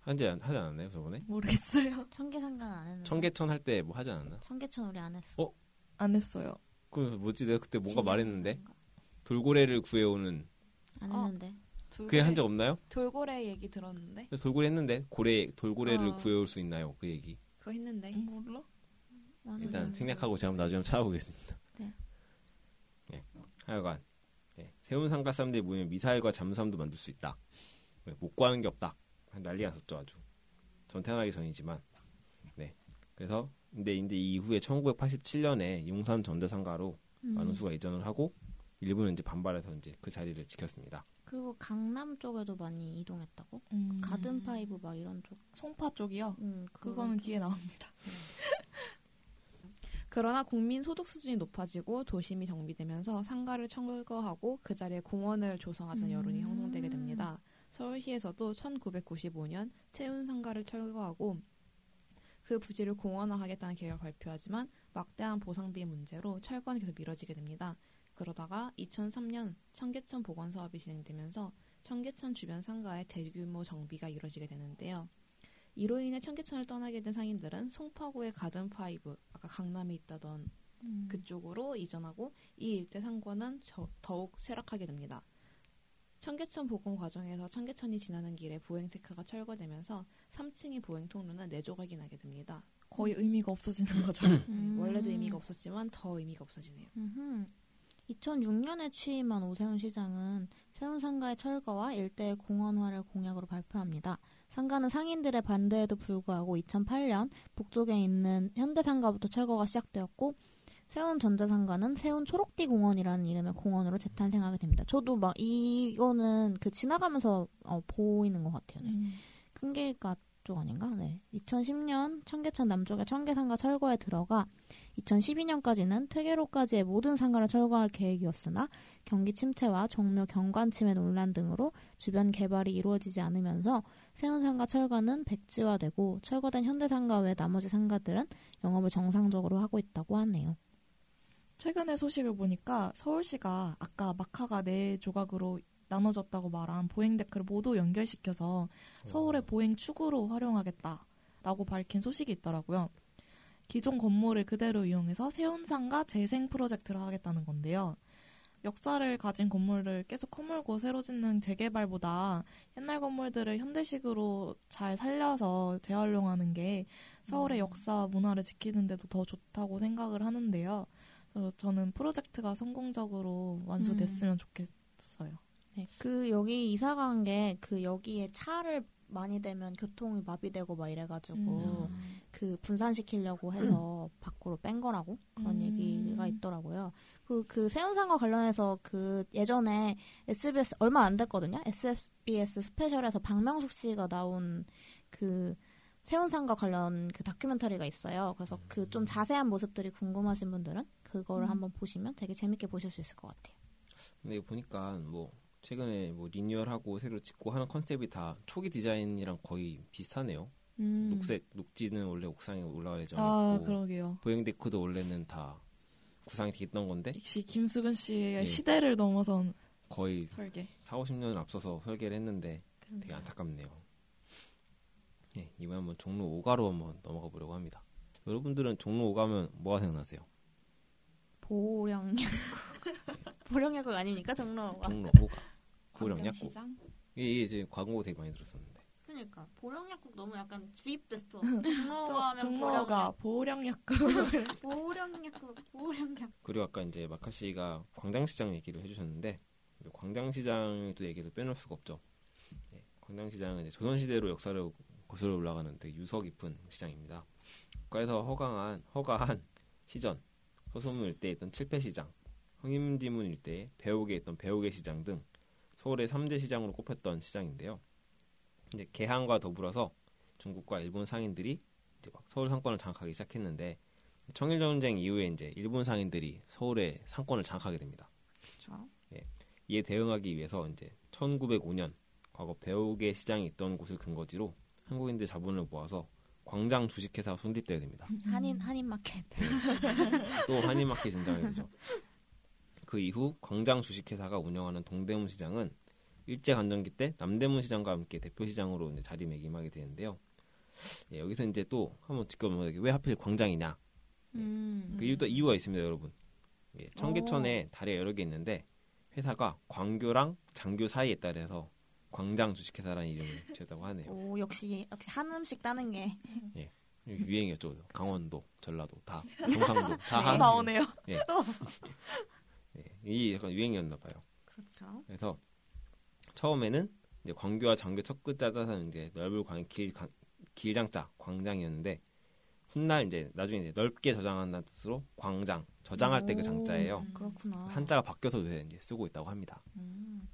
Speaker 1: 한지 안- 하지 않았나요, 저번에?
Speaker 5: 모르겠어요.
Speaker 2: 청계상가는 안 했는데.
Speaker 1: 청계천 할 때 뭐 하지 않았나?
Speaker 2: 청계천 우리 안 했어.
Speaker 1: 어?
Speaker 5: 안 했어요.
Speaker 1: 그 뭐지 내가 그때 뭔가
Speaker 2: 신기한
Speaker 1: 말했는데
Speaker 2: 건가?
Speaker 1: 돌고래를 구해오는
Speaker 2: 안
Speaker 3: 어.
Speaker 2: 했는데.
Speaker 1: 그게 한 적 없나요?
Speaker 3: 돌고래 얘기 들었는데
Speaker 1: 그래서 돌고래 했는데 고래 돌고래를
Speaker 4: 아.
Speaker 3: 어.
Speaker 1: 구해올 수 있나요? 그 얘기.
Speaker 3: 그거 했는데
Speaker 5: 몰라.
Speaker 2: 안
Speaker 1: 일단
Speaker 2: 했는데.
Speaker 1: 생략하고 제가 한번 나중에 한번 찾아보겠습니다.
Speaker 2: 음. 네.
Speaker 1: 예, 하여간 예, 세운 상가 사람들이 모이면 미사일과 잠수함도 만들 수 있다. 예, 못 구하는 게 없다. 난리가 났었죠 아주. 전 태어나기 전이지만. 네. 그래서 근데 이제 이후에 1987년에 용산 전자상가로
Speaker 2: 음.
Speaker 1: 만원수가 이전을 하고 일부는 이제 반발해서 이제 그 자리를 지켰습니다.
Speaker 2: 그리고 강남 쪽에도 많이 이동했다고?
Speaker 5: 음,
Speaker 2: 가든 파이브 막 이런 쪽.
Speaker 5: 송파 쪽이요.
Speaker 2: 음,
Speaker 5: 그거는 뒤에 나와.
Speaker 4: 그러나 국민 소득 수준이 높아지고 도심이 정비되면서 상가를 철거하고 그 자리에 공원을 조성하자는 여론이
Speaker 2: 음.
Speaker 4: 형성되게 됩니다. 서울시에서도 1995년 세운 상가를 철거하고 그 부지를 공원화하겠다는 계획을 발표하지만 막대한 보상비 문제로 철거는 계속 미뤄지게 됩니다. 그러다가 2003년 청계천 복원 사업이 진행되면서 청계천 주변 상가에 대규모 정비가 이루어지게 되는데요. 이로 인해 청계천을 떠나게 된 상인들은 송파구의 가든파이브, 아까 강남에
Speaker 5: 음.
Speaker 4: 있다던
Speaker 2: 음.
Speaker 4: 그쪽으로 이전하고 이 일대 상권은 저- 더욱 쇠락하게 됩니다. 청계천 복원 과정에서 청계천이 지나는 길에 보행택하가 철거되면서 3층의 보행 통로는 내조각이 나게 됩니다. 네,
Speaker 5: 거의 의미가 없어지는 거죠.
Speaker 2: 음.
Speaker 4: 원래도 의미가 없었지만 더 의미가 없어지네요.
Speaker 2: 음흠. 2006년에 취임한 오세훈 시장은 세운 상가의 철거와 일대의 공원화를 공약으로 발표합니다. 상가는 상인들의 반대에도 불구하고 2008년 북쪽에 있는 현대상가부터 철거가 시작되었고 세운 전자상가는 세운 초록띠 공원이라는 이름의 공원으로 재탄생하게 됩니다. 저도 막 이거는 그 지나가면서 어, 보이는 것 같아요. 네.
Speaker 5: 음.
Speaker 2: 큰길가 쪽 아닌가? 네. 2010년 청계천 남쪽의 청계상가 철거에 들어가 2012년까지는 퇴계로까지의 모든 상가를 철거할 계획이었으나 경기 침체와 종묘 경관 침해 논란 등으로 주변 개발이 이루어지지 않으면서 세운 상가 철거는 백지화되고 철거된 현대상가 외 나머지 상가들은 영업을 정상적으로 하고 있다고 하네요.
Speaker 5: 최근의 소식을 보니까 서울시가 아까 마카가 네 조각으로 나눠졌다고 말한 보행 데크를 모두 연결시켜서 서울의 보행 축으로 활용하겠다라고 밝힌 소식이 있더라고요. 기존 건물을 그대로 이용해서 세운상가 재생 프로젝트를 하겠다는 건데요. 역사를 가진 건물을 계속 허물고 새로 짓는 재개발보다 옛날 건물들을 현대식으로 잘 살려서 재활용하는 게 서울의 역사와 문화를 지키는데도 더 좋다고 생각을 하는데요. 그래서 저는 프로젝트가 성공적으로 완수됐으면 좋겠어요.
Speaker 2: 그 여기 이사 간 게 그 여기에 차를 많이 대면 교통이 마비되고 막 이래가지고
Speaker 5: 음.
Speaker 2: 그 분산시키려고 해서 밖으로 뺀 거라고 그런
Speaker 5: 음.
Speaker 2: 얘기가 있더라고요. 그리고 그 세운상과 관련해서 그 예전에 SBS 얼마 안 됐거든요. SBS 스페셜에서 박명숙 씨가 나온 그 세운상과 관련 그 다큐멘터리가 있어요. 그래서 그 좀 자세한 모습들이 궁금하신 분들은 그거를
Speaker 5: 음.
Speaker 2: 한번 보시면 되게 재밌게 보실 수 있을 것 같아요.
Speaker 1: 근데 이거 보니까 뭐 최근에 뭐 리뉴얼하고 새로 짓고 하는 컨셉이 다 초기 디자인이랑 거의 비슷하네요.
Speaker 2: 음.
Speaker 1: 녹색 녹지는 원래 옥상에 올라갈 예정이고
Speaker 5: 아 그러게요.
Speaker 1: 보행 데크도 원래는 다 구상이 돼 있던 건데
Speaker 5: 역시 김수근 씨의
Speaker 1: 예.
Speaker 5: 시대를 넘어선
Speaker 1: 거의
Speaker 5: 설계.
Speaker 1: 4, 50년 앞서서 설계를 했는데 되게 안타깝네요. 예, 이번에 한번 종로 5가로 한번 넘어가 보려고 합니다. 여러분들은 종로 5가면 뭐가 생각나세요?
Speaker 2: 보령약 [laughs] 보령약국 아닙니까 종로가?
Speaker 1: 종로 5가 고령약국
Speaker 3: 광명시장?
Speaker 1: 이게 이제 광고 되게 많이 들었었는데
Speaker 2: 그러니까 보령약국 너무 약간 [laughs] 주입됐어. 종로가 하면
Speaker 5: 정로가 보령약국.
Speaker 2: 보령약국, [laughs] 보령약.
Speaker 1: 그리고 아까 이제 마카 씨가 광장시장 얘기를 해주셨는데 광장시장도 얘기를 빼놓을 수가 없죠. 네, 광장시장은 이제 조선시대로 역사를 거슬러 올라가는 되게 유서 깊은 시장입니다. 국가에서 허가한 허가한 시전, 서소문 일대에 있던 칠패시장, 흥임지문 일대에 배옥에 있던 배옥의 시장 등 서울의 삼대 시장으로 꼽혔던 시장인데요. 이제 개항과 더불어서 중국과 일본 상인들이 이제 막 서울 상권을 장악하기 시작했는데 청일 전쟁 이후에 이제 일본 상인들이 서울의 상권을 장악하게 됩니다.
Speaker 2: 그렇죠.
Speaker 1: 이에 대응하기 위해서 이제 1905년 과거 배옥의 시장이 있던 곳을 근거지로 한국인들 자본을 모아서 광장 주식회사가 설립되게 됩니다.
Speaker 2: 한인 한인마켓.
Speaker 1: 또 한인마켓 등장이 되죠. 그 이후 광장 주식회사가 운영하는 동대문 시장은 일제 간전기 때 남대문 시장과 함께 대표 시장으로 이제 자리매김하게 되는데요. 예, 여기서 이제 또 한번 지켜보면 이게 왜 하필 광장이냐
Speaker 2: 음.
Speaker 1: 그 이유도 이유가 있습니다, 여러분. 예, 청계천에 다리가 여러 개 있는데 회사가 광교랑 장교 사이에 따라서 광장 주식회사라는 이름을 지었다고 하네요.
Speaker 2: 오 역시 역시 한 음식 따는 게
Speaker 1: 유행이었죠. 강원도, 전라도 다, 경상도 다
Speaker 5: 또
Speaker 1: 하는
Speaker 5: 나오네요.
Speaker 1: 예, 이 약간 유행이었나 봐요.
Speaker 2: 그렇죠.
Speaker 1: 그래서 처음에는 이제 광교와 장교 첫 끝자라서 이제 넓을 광, 길, 광- 길장자 광장이었는데 훗날 이제 나중에 이제 넓게 저장한다는 뜻으로 광장 저장할 때 그
Speaker 2: 오.
Speaker 1: 장자예요.
Speaker 2: 음,
Speaker 5: 아.
Speaker 2: 그렇구나.
Speaker 1: 한자가 바뀌어서 요새 이제 쓰고 있다고 합니다.
Speaker 2: 음.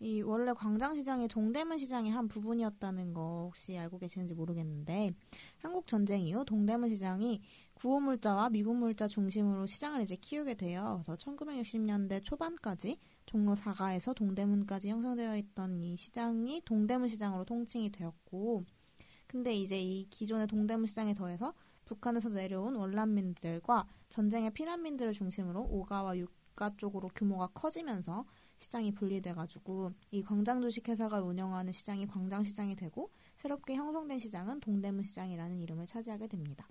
Speaker 2: 이 원래 광장시장이 동대문 시장의 한 부분이었다는 거 혹시 알고 계시는지 모르겠는데 한국 전쟁 이후 동대문 시장이 구호물자와 미국물자 중심으로 시장을 이제 키우게 돼요. 그래서 1960년대 초반까지 종로 4가에서 동대문까지 형성되어 있던 이 시장이 동대문 시장으로 통칭이 되었고 근데 이제 이 기존의 동대문 시장에 더해서 북한에서 내려온 원란민들과 전쟁의 피난민들을 중심으로 5가와 6가 쪽으로 규모가 커지면서 시장이 분리돼가지고 이 광장 주식회사가 운영하는 시장이 광장시장이 되고 새롭게 형성된 시장은 동대문시장이라는 이름을 차지하게 됩니다.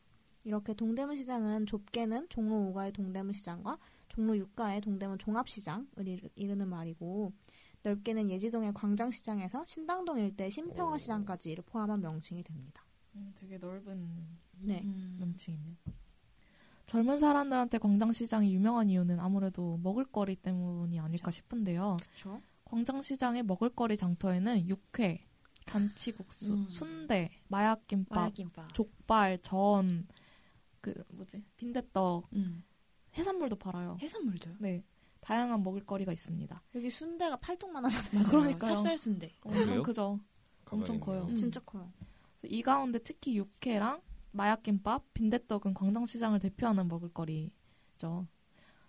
Speaker 2: 이렇게 동대문시장은 좁게는 종로 5가의 동대문시장과 종로 6가의 동대문 종합시장을 이르- 이르는 말이고 넓게는 예지동의 광장시장에서 신당동 일대
Speaker 1: 오.
Speaker 2: 신평화시장까지를 포함한 명칭이 됩니다.
Speaker 5: 음, 되게 넓은
Speaker 2: 네.
Speaker 4: 음,
Speaker 5: 명칭이네요. 젊은 사람들한테 광장시장이 유명한 이유는 아무래도 먹을거리 때문이 아닐까 싶은데요.
Speaker 2: 그렇죠.
Speaker 5: 광장시장의 먹을거리 장터에는 육회, 잔치국수,
Speaker 4: 음.
Speaker 5: 순대, 마약김밥,
Speaker 4: 마약김밥.
Speaker 5: 족발, 전, 그 뭐지 빈대떡,
Speaker 4: 음.
Speaker 5: 해산물도 팔아요.
Speaker 4: 해산물죠.
Speaker 5: 네, 다양한 먹을거리가 있습니다.
Speaker 2: 여기 순대가 팔뚝만 하잖아요.
Speaker 4: 맞아요.
Speaker 5: 그러니까요.
Speaker 4: 찹쌀 순대.
Speaker 5: 엄청
Speaker 1: 어, 그래요?
Speaker 5: 크죠.
Speaker 1: 가만히
Speaker 5: 엄청 커요.
Speaker 1: 있네요.
Speaker 4: 음.
Speaker 2: 진짜 커요.
Speaker 5: 그래서 이 가운데 특히 육회랑 마약김밥, 빈대떡은 광장시장을 대표하는 먹을거리죠.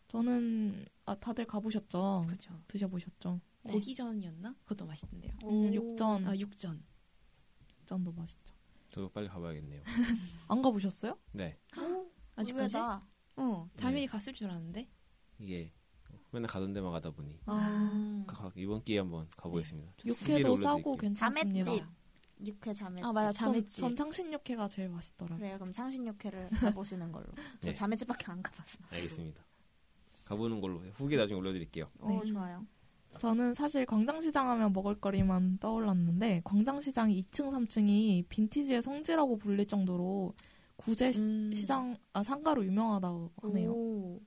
Speaker 5: 저는 아 다들 가보셨죠?
Speaker 4: 그렇죠.
Speaker 5: 드셔보셨죠?
Speaker 2: 네.
Speaker 4: 고기전이었나? 그것도 맛있던데요.
Speaker 5: 음,
Speaker 2: 오.
Speaker 5: 육전,
Speaker 4: 아 육전.
Speaker 5: 육전도 맛있죠.
Speaker 1: 저도 빨리 가봐야겠네요. [laughs]
Speaker 5: 안 가보셨어요?
Speaker 1: 네,
Speaker 4: 아직까지?
Speaker 2: 의외다.
Speaker 4: 어 당연히
Speaker 1: 네.
Speaker 4: 갔을 줄 알았는데.
Speaker 1: 이게 맨날 가던 데만 가다 보니
Speaker 2: 아.
Speaker 1: 가- 이번 기회에 한번 가보겠습니다.
Speaker 5: 육회도
Speaker 1: 후기를
Speaker 5: 싸고
Speaker 1: 올려드릴게요.
Speaker 5: 괜찮습니다.
Speaker 2: 자맷집. 육회 자매집. 네.
Speaker 4: 아 맞아
Speaker 5: 전,
Speaker 4: 자매집.
Speaker 5: 전 창신 육회가 제일 맛있더라고요.
Speaker 2: 그래요. 그럼 상신 육회를 가보시는 걸로. 저
Speaker 1: 네.
Speaker 2: 자매집밖에 안 가봤어요.
Speaker 1: 알겠습니다. 가보는 걸로 후기 나중에 올려드릴게요.
Speaker 2: 어,
Speaker 4: 네.
Speaker 2: 좋아요.
Speaker 5: 저는 사실 광장시장 하면 먹을거리만 떠올랐는데 광장시장 2층, 3층이 빈티지의 성지라고 불릴 정도로 구제 시-
Speaker 4: 음.
Speaker 5: 시장 아 상가로 유명하다고 하네요.
Speaker 2: 오.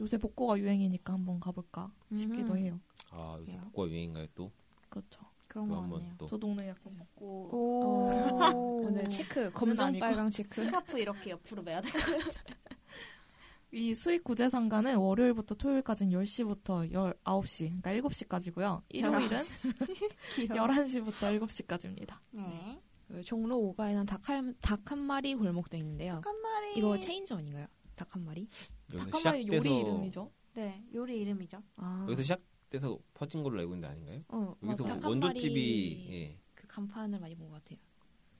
Speaker 5: 요새 복고가 유행이니까 한번 가볼까 싶기도
Speaker 2: 음흠.
Speaker 5: 해요.
Speaker 1: 아 요새
Speaker 2: 그래요?
Speaker 1: 복과 유행인가요 또?
Speaker 5: 그렇죠.
Speaker 2: 그런
Speaker 1: 또
Speaker 2: 거
Speaker 1: 한번
Speaker 2: 같네요.
Speaker 4: 어.
Speaker 1: 또.
Speaker 5: 저도 오늘 약간 복고
Speaker 2: 어. 오.
Speaker 4: 오늘 체크 검정
Speaker 5: 아니고.
Speaker 4: 빨강 체크.
Speaker 2: 스카프 이렇게 옆으로 매야 될 것 같아요.
Speaker 5: 이 수익 구제 상가는 월요일부터 토요일까지는 10시부터 19시, 그러니까 7시까지고요. 일요일은 11시부터 7시까지입니다.
Speaker 2: 네.
Speaker 4: 그 종로 5가에는 닭한 닭한 마리 골목도 있는데요.
Speaker 2: 깐말이.
Speaker 4: 이거 체인점인가요? 닭 한 마리?
Speaker 1: 여기서
Speaker 5: 닭한마리 요리 이름이죠.
Speaker 2: 네, 요리 이름이죠.
Speaker 4: 아.
Speaker 1: 여기서 시작돼서 퍼진 걸로 알고 있는데 아닌가요?
Speaker 4: 어,
Speaker 1: 여기서 뭐
Speaker 4: 맞아.
Speaker 1: 원조집이
Speaker 4: 닭한 마리
Speaker 1: 예.
Speaker 4: 그 간판을 많이 본 것 같아요.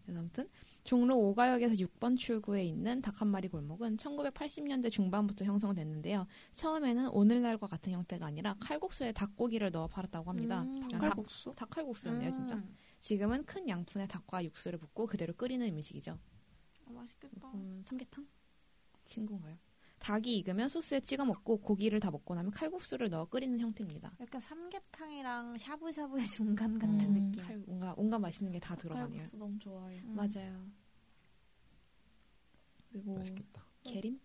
Speaker 4: 그래서 아무튼 종로 5가역에서 6번 출구에 있는 닭 한 마리 골목은 1980년대 중반부터 형성됐는데요. 처음에는 오늘날과 같은 형태가 아니라 칼국수에 닭고기를 넣어 팔았다고 합니다.
Speaker 2: 음.
Speaker 4: 그냥 닭,
Speaker 5: 칼국수?
Speaker 4: 닭칼국수였네요, 진짜.
Speaker 2: 음.
Speaker 4: 지금은 큰 양푼에 닭과 육수를 붓고 그대로 끓이는 음식이죠.
Speaker 2: 어, 맛있겠다.
Speaker 4: 음, 삼계탕? 친구인가요? 닭이 익으면 소스에 찍어 먹고 고기를 다 먹고 나면 칼국수를 넣어 끓이는 형태입니다.
Speaker 2: 약간 삼계탕이랑 샤브샤브의 중간 같은
Speaker 5: 음.
Speaker 2: 느낌.
Speaker 4: 칼, 뭔가 온갖 맛있는 게 다 들어가네요.
Speaker 5: 칼국수 너무 좋아해요.
Speaker 2: 음.
Speaker 4: 맞아요. 그리고
Speaker 1: 맛있겠다.
Speaker 4: 계림?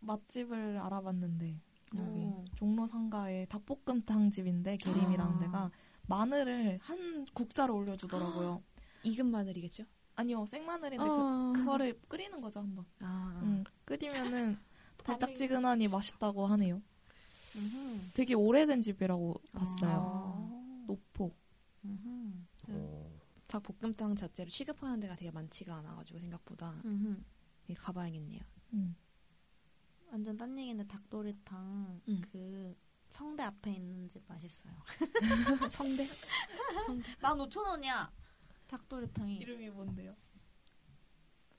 Speaker 5: 맛집을 알아봤는데 여기
Speaker 2: 오.
Speaker 5: 종로 상가에 닭볶음탕 집인데 계림이라는
Speaker 4: 아.
Speaker 5: 데가 마늘을 한 국자로 올려주더라고요. [gasps]
Speaker 4: 익은 마늘이겠죠?
Speaker 5: 아니요 생마늘인데
Speaker 4: 어.
Speaker 5: 그, 그거를 끓이는 거죠 한번.
Speaker 4: 아,
Speaker 5: 음, 끓이면은 달짝지근하니 맛있다고 하네요.
Speaker 2: 음흠.
Speaker 5: 되게 오래된 집이라고 봤어요.
Speaker 2: 아.
Speaker 5: 노포.
Speaker 2: 음흠.
Speaker 1: 어,
Speaker 4: 닭 볶음탕 자체를 취급하는 데가 되게 많지가 않아가지고 생각보다
Speaker 2: 음흠.
Speaker 4: 예, 가봐야겠네요.
Speaker 5: 음.
Speaker 2: 완전 딴 얘기인데 닭도리탕
Speaker 4: 음.
Speaker 2: 그 성대 앞에 있는 집 맛있어요.
Speaker 4: [laughs] 성대?
Speaker 2: 15,000원이야. 닭도리탕이
Speaker 5: 이름이 뭔데요?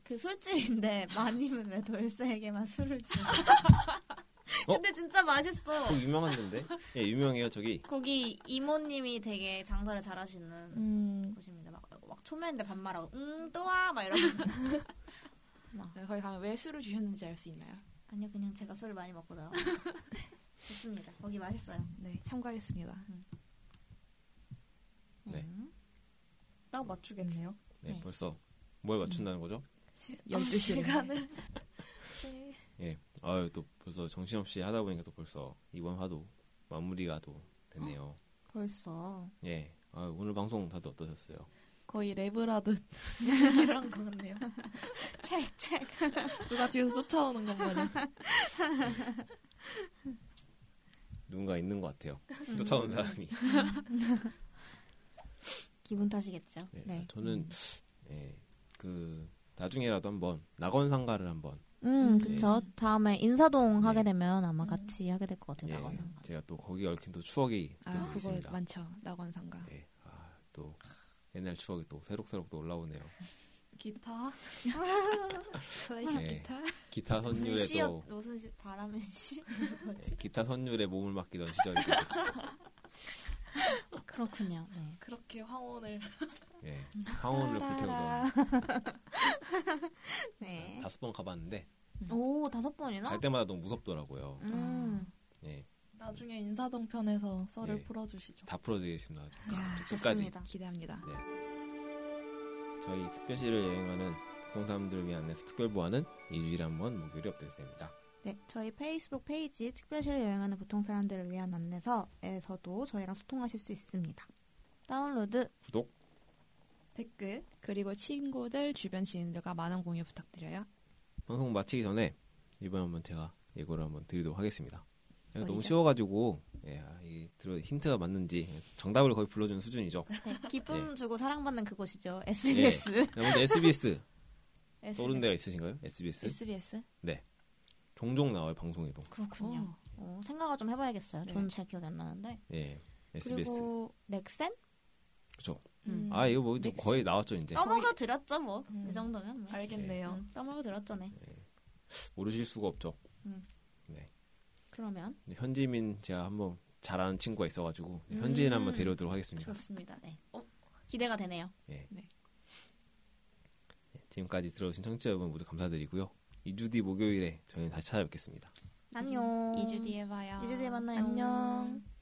Speaker 2: 그 술집인데 [laughs] 마님은 왜 돌세에게만 술을 주고?
Speaker 1: [laughs] 어?
Speaker 2: 근데 진짜 맛있어.
Speaker 1: 거기 유명한 데인데? 예, 유명해요 저기.
Speaker 2: 거기 이모님이 되게 장사를 잘하시는
Speaker 5: 음,
Speaker 2: 곳입니다. 막, 막 초면인데 반말하고 응 또와 막 [laughs] 이러고
Speaker 4: 네, 거기 가면 왜 술을 주셨는지 알 수 있나요?
Speaker 2: 아니요 그냥 제가 술을 많이 먹고 [laughs] 나와 좋습니다. 거기 맛있어요.
Speaker 4: 네, 참고하겠습니다.
Speaker 1: 네.
Speaker 2: 음.
Speaker 5: 딱 맞추겠네요. 음.
Speaker 1: 네,
Speaker 2: 네.
Speaker 1: 벌써 뭘 맞춘다는 거죠?
Speaker 4: 12시에.
Speaker 2: 시간을 네.
Speaker 1: 예. 아유 또 벌써 정신없이 하다 보니까 또 벌써 이번 화도 마무리가 또 됐네요.
Speaker 2: [laughs] 벌써
Speaker 1: 예. 아유, 오늘 방송 다들 어떠셨어요?
Speaker 5: 거의 랩을 하듯
Speaker 2: 이런 거 같네요. 책책
Speaker 5: [laughs] 누가 뒤에서 쫓아오는 것 마냥.
Speaker 1: 누군가 있는 것
Speaker 2: [laughs]
Speaker 1: 같아요. 쫓아온 사람이.
Speaker 2: 기분 탓이겠죠.
Speaker 1: 예,
Speaker 2: 네.
Speaker 1: 저는 예, 그 나중에라도 한번 낙원 상가를 한번
Speaker 2: 음,
Speaker 5: 음,
Speaker 2: 그쵸. 다음에 인사동
Speaker 1: 네.
Speaker 2: 하게 되면 아마
Speaker 5: 음.
Speaker 2: 같이 하게 될 것 같아요.
Speaker 1: 예,
Speaker 2: 나가는 거.
Speaker 1: 제가 또 거기 얽힌 또 추억이 또
Speaker 4: 아, 그거
Speaker 1: 있습니다.
Speaker 4: 많죠. 낙원상가.
Speaker 1: 예, 아, 또 옛날 추억이 또 새록새록 또 올라오네요.
Speaker 5: [laughs] 기타.
Speaker 4: 클래식
Speaker 1: 네.
Speaker 4: 기타?
Speaker 1: 기타
Speaker 2: 무슨
Speaker 1: 선율에
Speaker 2: 시였?
Speaker 1: 또
Speaker 2: 무슨 시? 바람의 시?
Speaker 1: 예, 기타 선율에 몸을 맡기던 시절이 또 있었죠.
Speaker 2: [laughs] 그렇군요. 네.
Speaker 5: 그렇게 황혼을
Speaker 1: 예, 황혼을 불태우던
Speaker 2: 네. 음.
Speaker 1: 다섯 번 가봤는데
Speaker 2: 오 다섯 번이나?
Speaker 1: 갈 때마다 너무 무섭더라고요.
Speaker 2: 음.
Speaker 1: 예,
Speaker 5: 나중에 인사동 편에서 썰을
Speaker 1: 예.
Speaker 5: 풀어주시죠.
Speaker 1: 다 풀어드리겠습니다.
Speaker 2: 야,
Speaker 1: 끝까지.
Speaker 2: 좋습니다.
Speaker 4: 기대합니다.
Speaker 1: 저희 특별시를 여행하는 보통 사람들을 위한 안내서 특별보안은 2주일에 한 번 목요일에 업데이트됩니다.
Speaker 2: 네, 저희 페이스북 페이지 특별시를 여행하는 보통 사람들을 위한 안내서에서도 저희랑 소통하실 수 있습니다. 다운로드
Speaker 1: 구독,
Speaker 5: 댓글
Speaker 4: 그리고 친구들, 주변 지인들과 많은 공유 부탁드려요.
Speaker 1: 방송 마치기 전에 이번에 한번 제가 예고를 한번 드리도록 하겠습니다. 그냥 너무
Speaker 4: 어디죠?
Speaker 1: 쉬워가지고 예, 아, 이 들어 힌트가 맞는지 정답을 거의 불러주는 수준이죠.
Speaker 2: 네, 기쁨 주고 사랑받는 그곳이죠. SBS.
Speaker 1: 자, 네, 먼저
Speaker 2: [laughs]
Speaker 1: SBS 떠오른
Speaker 2: SBS.
Speaker 1: 데가 있으신가요? SBS
Speaker 4: SBS?
Speaker 1: 종종 나와요 방송에도.
Speaker 2: 그렇군요.
Speaker 4: 어.
Speaker 2: 어, 생각을 좀 해봐야겠어요.
Speaker 4: 네.
Speaker 2: 저는 잘 기억이 안 나는데.
Speaker 1: 예, SBS
Speaker 2: 그리고 넥센?
Speaker 1: 그렇죠.
Speaker 5: 음.
Speaker 1: 아 이거 뭐 이제
Speaker 2: 넥슨.
Speaker 1: 거의 나왔죠 이제
Speaker 2: 네, 떠먹어 들었죠 뭐.
Speaker 5: 음.
Speaker 2: 이 정도면 뭐.
Speaker 5: 알겠네요.
Speaker 2: 음, 떠먹어 들었죠 네.
Speaker 1: 모르실 수가 없죠.
Speaker 2: 그러면
Speaker 1: 현지민 제가 한번 잘 아는 친구가 있어가지고
Speaker 2: 음.
Speaker 1: 현지인 한번 데려오도록 하겠습니다.
Speaker 2: 좋습니다. 네. 어, 기대가 되네요.
Speaker 1: 지금까지 들어오신 청취자 여러분 모두 감사드리고요. 2주 뒤 목요일에 저희는 다시 찾아뵙겠습니다.
Speaker 2: 안녕.
Speaker 4: 2주 뒤에 봐요.
Speaker 2: 이주 뒤에 네, 만나요.
Speaker 5: 안녕.